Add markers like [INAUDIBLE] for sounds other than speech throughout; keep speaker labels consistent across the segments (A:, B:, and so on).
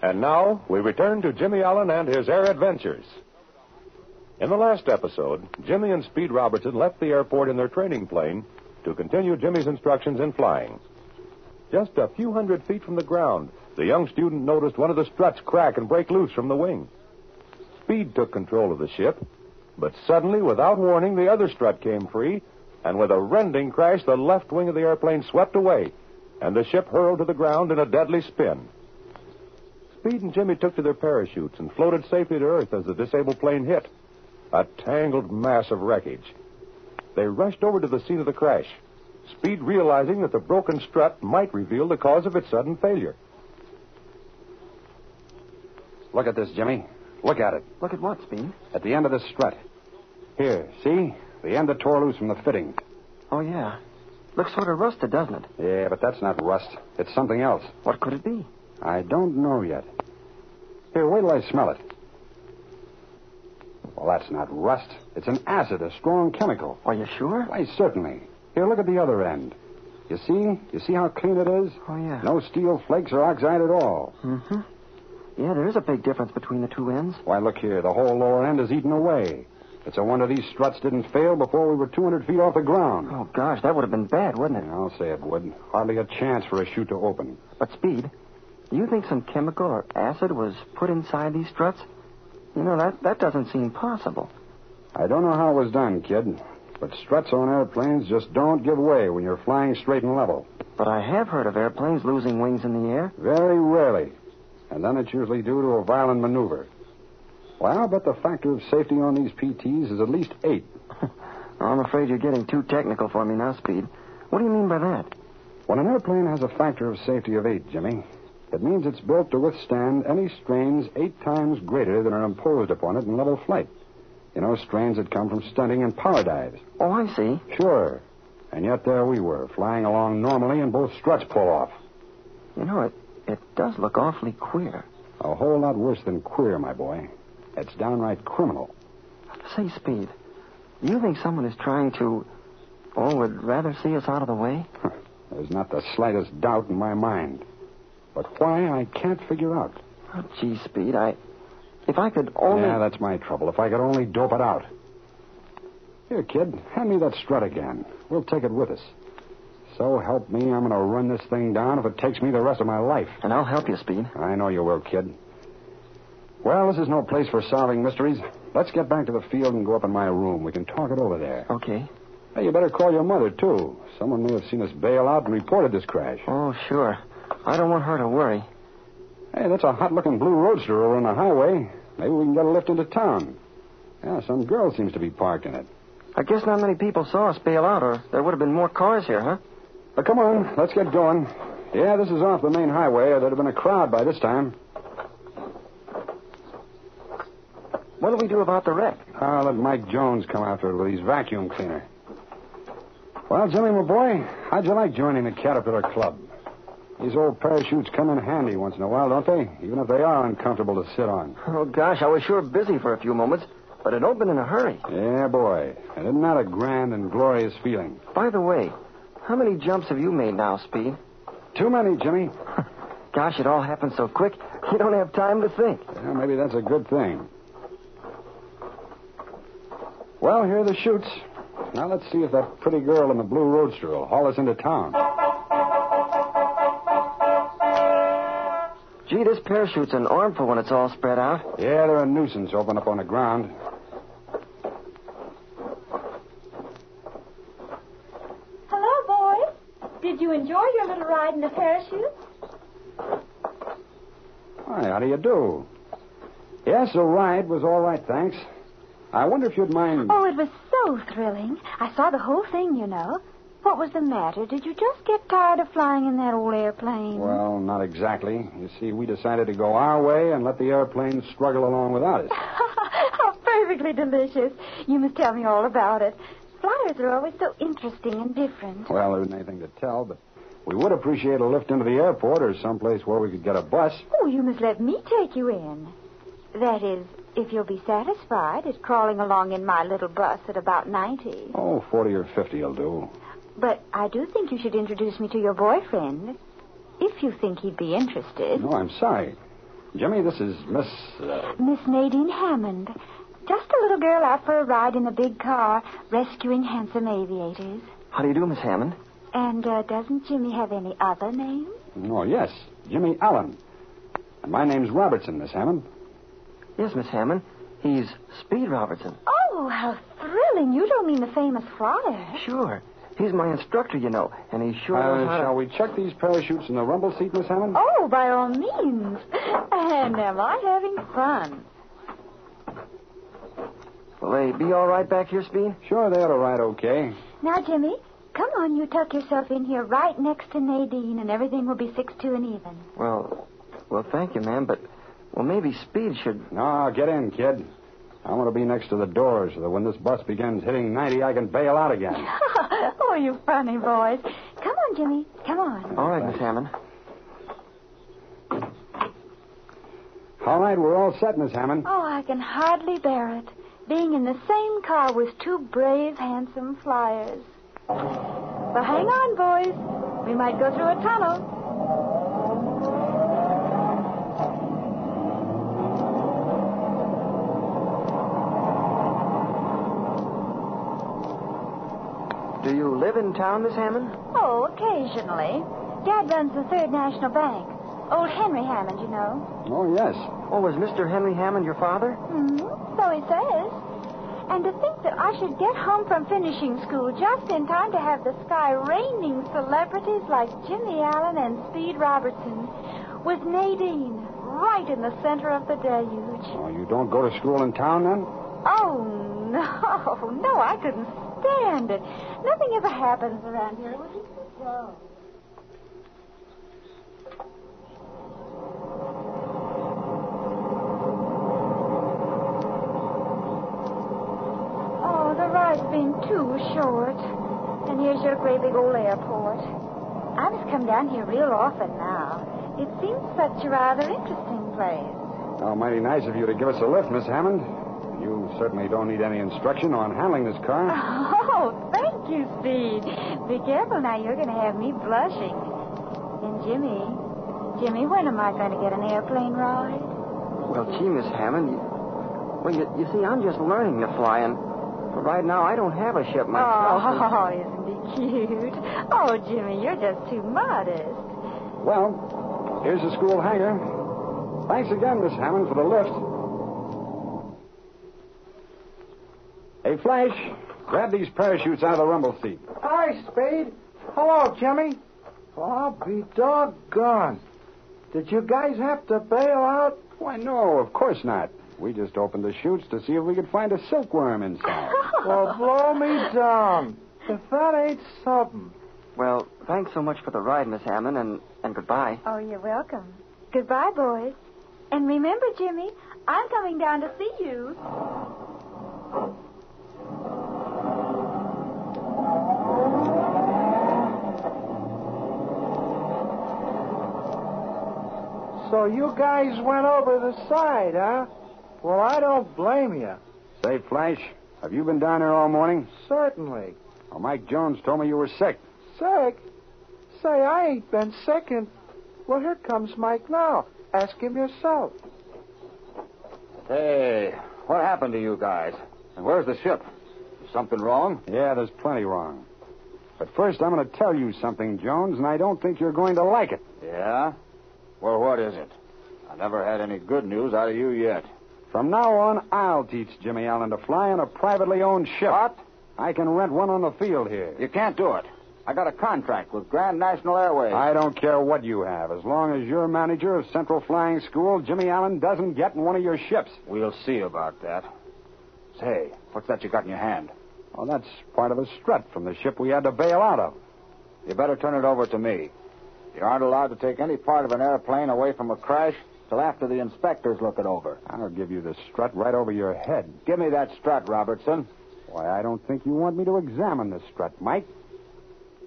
A: And now we return to Jimmy Allen and his air adventures. In the last episode, Jimmy and Speed Robertson left the airport in their training plane to continue Jimmy's instructions in flying. Just a few hundred feet from the ground, the young student noticed one of the struts crack and break loose from the wing. Speed took control of the ship, but suddenly, without warning, the other strut came free, and with a rending crash, the left wing of the airplane swept away, and the ship hurled to the ground in a deadly spin. Speed and Jimmy took to their parachutes and floated safely to Earth as the disabled plane hit. A tangled mass of wreckage. They rushed over to the scene of the crash, Speed realizing that the broken strut might reveal the cause of its sudden failure.
B: Look at this, Jimmy. Look at it.
C: Look at what, Speed?
B: At the end of this strut. Here, see? The end that tore loose from the fitting.
C: Oh, yeah. Looks sort of rusted, doesn't it?
B: Yeah, but that's not rust. It's something else.
C: What could it be?
B: I don't know yet. Here, wait till I smell it. Well, that's not rust. It's an acid, a strong chemical.
C: Are you sure?
B: Why, certainly. Here, look at the other end. You see? You see how clean it is?
C: Oh, yeah.
B: No steel flakes or oxide at all.
C: Mm-hmm. Yeah, there is a big difference between the two ends.
B: Why, look here. The whole lower end is eaten away. It's a wonder these struts didn't fail before we were 200 feet off the ground.
C: Oh, gosh, that would have been bad, wouldn't it?
B: Yeah, I'll say it would. Hardly a chance for a chute to open.
C: But, Speed, do you think some chemical or acid was put inside these struts? You know, that, that doesn't seem possible.
B: I don't know how it was done, kid, but struts on airplanes just don't give way when you're flying straight and level.
C: But I have heard of airplanes losing wings in the air.
B: Very rarely. And then it's usually due to a violent maneuver. Well, I'll bet the factor of safety on these PTs is at least eight.
C: I'm afraid you're getting too technical for me now, Speed. What do you mean by that?
B: When an airplane has a factor of safety of eight, Jimmy, it means it's built to withstand any strains eight times greater than are imposed upon it in level flight. You know, strains that come from stunting and power dives.
C: Oh, I see.
B: Sure. And yet there we were, flying along normally, and both struts pull off.
C: You know, it, it does look awfully queer.
B: A whole lot worse than queer, my boy. It's downright criminal.
C: Say, Speed, do you think someone is trying to, oh, would rather see us out of the way?
B: There's not the slightest doubt in my mind. But why, I can't figure out.
C: Oh, gee, Speed, I, if I could only.
B: Yeah, that's my trouble. If I could only dope it out. Here, kid, hand me that strut again. We'll take it with us. So help me, I'm going to run this thing down if it takes me the rest of my life.
C: And I'll help you, Speed.
B: I know you will, kid. Well, this is no place for solving mysteries. Let's get back to the field and go up in my room. We can talk it over there.
C: Okay.
B: Hey, you better call your mother, too. Someone may have seen us bail out and reported this crash.
C: Oh, sure. I don't want her to worry.
B: Hey, that's a hot looking blue roadster over on the highway. Maybe we can get a lift into town. Yeah, some girl seems to be parked in it.
C: I guess not many people saw us bail out, or there would have been more cars here, huh?
B: But come on, let's get going. Yeah, this is off the main highway. There'd have been a crowd by this time.
C: What do we do about the wreck?
B: I'll let Ah, Mike Jones come after it with his vacuum cleaner. Well, Jimmy, my boy, how'd you like joining the Caterpillar Club? These old parachutes come in handy once in a while, don't they? Even if they are uncomfortable to sit on.
C: Oh, gosh, I was sure busy for a few moments, but it opened in a hurry.
B: Yeah, boy. And isn't that a grand and glorious feeling?
C: By the way, how many jumps have you made now, Speed?
B: Too many, Jimmy.
C: Gosh, it all happened so quick, [LAUGHS] you don't have time to think.
B: Yeah, maybe that's a good thing. Well, here are the chutes. Now let's see if that pretty girl in the blue roadster will haul us into town.
C: Gee, this parachute's an armful when it's all spread out.
B: Yeah, they're a nuisance open up on the ground.
D: Hello, boys. Did you enjoy your little ride in the parachute?
B: Hi, how do you do? Yes, the ride was all right, thanks. I wonder if you'd mind.
D: Oh, it was so thrilling. I saw the whole thing, you know. What was the matter? Did you just get tired of flying in that old airplane?
B: Well, not exactly. You see, we decided to go our way and let the airplane struggle along without
D: [LAUGHS]
B: us.
D: [LAUGHS] How perfectly delicious. You must tell me all about it. Flyers are always so interesting and different.
B: Well, there isn't anything to tell, but we would appreciate a lift into the airport or someplace where we could get a bus.
D: Oh, you must let me take you in. That is, if you'll be satisfied, it's crawling along in my little bus at about 90.
B: Oh, 40 or 50 will do.
D: But I do think you should introduce me to your boyfriend, if you think he'd be interested.
B: No, I'm sorry. Jimmy, this is Miss. Uh,
D: Miss Nadine Hammond. Just a little girl out for a ride in a big car, rescuing handsome aviators.
C: How do you do, Miss Hammond?
D: And uh, doesn't Jimmy have any other name?
B: oh, yes, Jimmy Allen. And my name's Robertson, Miss Hammond.
C: Yes, Miss Hammond. He's Speed Robertson.
D: Oh, how thrilling. You don't mean the famous flyer.
C: Sure. He's my instructor, you know, and he sure
B: Uh,
C: knows how to-
B: shall we check these parachutes in the rumble seat, Miss Hammond?
D: Oh, by all means. And am I having fun?
C: Will they be all right back here, Speed?
B: Sure, they ought to ride okay.
D: Now, Jimmy, come on. You tuck yourself in here right next to Nadine, and everything will be six two and even.
C: Well, well, thank you, ma'am, but well, maybe Speed should.
B: No, get in, kid. I want to be next to the door so that when this bus begins hitting 90, I can bail out again.
D: [LAUGHS] oh, you funny boys. Come on, Jimmy. Come on.
C: All right, Miss Hammond.
B: All right, we're all set, Miss Hammond.
D: Oh, I can hardly bear it. Being in the same car with two brave, handsome flyers. But hang on, boys. We might go through a tunnel.
C: Do you live in town, Miss Hammond?
D: Oh, occasionally. Dad runs the Third National Bank. Old Henry Hammond, you know.
B: Oh, yes.
C: Oh, was Mr. Henry Hammond your father?
D: Hmm, so he says. And to think that I should get home from finishing school just in time to have the sky raining celebrities like Jimmy Allen and Speed Robertson with Nadine right in the center of the deluge.
B: Oh, you don't go to school in town, then?
D: Oh, no. [LAUGHS] No, I couldn't stand it. Nothing ever happens around here. It was just a joke. Oh, the ride's been too short. And here's your great big old airport. I must come down here real often now. It seems such a rather interesting place.
B: Oh, mighty nice of you to give us a lift, Miss Hammond. You certainly don't need any instruction on handling this car.
D: Oh, thank you, Speed. Be careful now. You're going to have me blushing. And Jimmy, Jimmy, when am I going to get an airplane ride?
C: Well, gee, Miss Hammond, you, well, you, you see, I'm just learning to fly, and for right now I don't have a ship myself.
D: Oh, [LAUGHS] isn't he cute? Oh, Jimmy, you're just too modest.
B: Well, here's the school hangar. Thanks again, Miss Hammond, for the lift. Hey, Flash, grab these parachutes out of the rumble seat.
E: Hi, Spade. Hello, Jimmy. I'll be doggone. Did you guys have to bail out?
B: Why, no, of course not. We just opened the chutes to see if we could find a silkworm inside.
C: [LAUGHS]
E: Well, blow me down. If that ain't something.
C: Well, thanks so much for the ride, Miss Hammond, and, and goodbye.
D: Oh, you're welcome. Goodbye, boys. And remember, Jimmy, I'm coming down to see you.
E: So you guys went over the side, huh? Well, I don't blame you.
B: Say, Flash, have you been down here all morning?
E: Certainly.
B: Well, Mike Jones told me you were sick.
E: Sick? Say, I ain't been sick in... Well, here comes Mike now. Ask him yourself.
F: Hey, what happened to you guys? And where's the ship? Is something wrong?
B: Yeah, there's plenty wrong. But first, I'm going to tell you something, Jones, and I don't think you're going to like it.
F: Yeah? Well, what is it? I never had any good news out of you yet.
B: From now on, I'll teach Jimmy Allen to fly on a privately owned ship.
F: What?
B: I can rent one on the field here.
F: You can't do it. I got a contract with Grand National Airways.
B: I don't care what you have. As long as you're manager of Central Flying School, Jimmy Allen doesn't get in one of your ships.
F: We'll see about that. Say, what's that you got in your hand?
B: Well, that's part of a strut from the ship we had to bail out of.
F: You better turn it over to me. You aren't allowed to take any part of an airplane away from a crash till after the inspectors look it over.
B: I'll give you the strut right over your head.
F: Give me that strut, Robertson.
B: Why, I don't think you want me to examine the strut, Mike.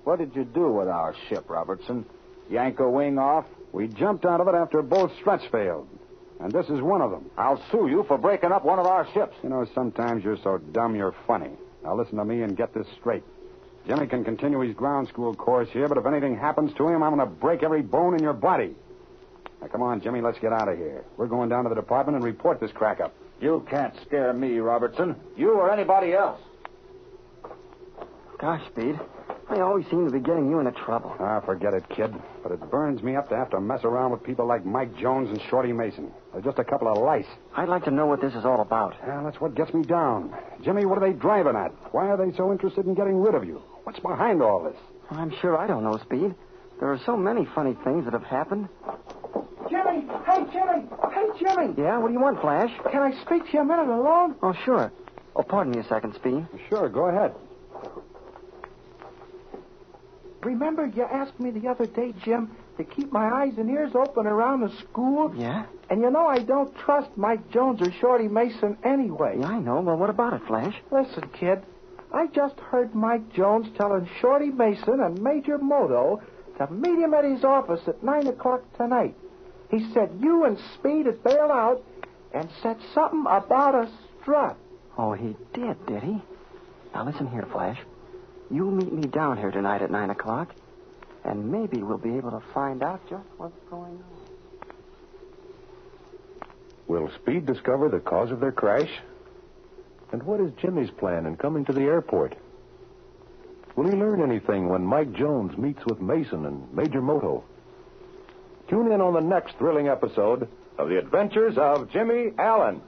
F: What did you do with our ship, Robertson? Yank a wing off?
B: We jumped out of it after both struts failed. And this is one of them.
F: I'll sue you for breaking up one of our ships.
B: You know, sometimes you're so dumb you're funny. Now listen to me and get this straight. Jimmy can continue his ground school course here, but if anything happens to him, I'm going to break every bone in your body. Now, come on, Jimmy, let's get out of here. We're going down to the department and report this crack up.
F: You can't scare me, Robertson. You or anybody else.
C: Gosh, Speed, I always seem to be getting you into trouble.
B: Ah, forget it, kid. But it burns me up to have to mess around with people like Mike Jones and Shorty Mason. They're just a couple of lice.
C: I'd like to know what this is all about.
B: Yeah, that's what gets me down. Jimmy, what are they driving at? Why are they so interested in getting rid of you? What's behind all this?
C: I'm sure I don't know, Speed. There are so many funny things that have happened.
E: Jimmy! Hey, Jimmy! Hey, Jimmy!
C: Yeah, what do you want, Flash?
E: Can I speak to you a minute alone?
C: Oh, sure. Oh, pardon me a second, Speed.
B: Sure, go ahead.
E: Remember you asked me the other day, Jim, to keep my eyes and ears open around the school?
C: Yeah?
E: And you know I don't trust Mike Jones or Shorty Mason anyway.
C: Yeah, I know. Well, what about it, Flash?
E: Listen, kid, I just heard Mike Jones telling Shorty Mason and Major Moto to meet him at his office at 9 o'clock tonight. He said you and Speed had bailed out and said something about a strut.
C: Oh, he did, did he? Now, listen here, Flash. You meet me down here tonight at 9 o'clock, and maybe we'll be able to find out just what's going on.
A: Will Speed discover the cause of their crash? And what is Jimmy's plan in coming to the airport? Will he learn anything when Mike Jones meets with Mason and Major Moto? Tune in on the next thrilling episode of The Adventures of Jimmy Allen.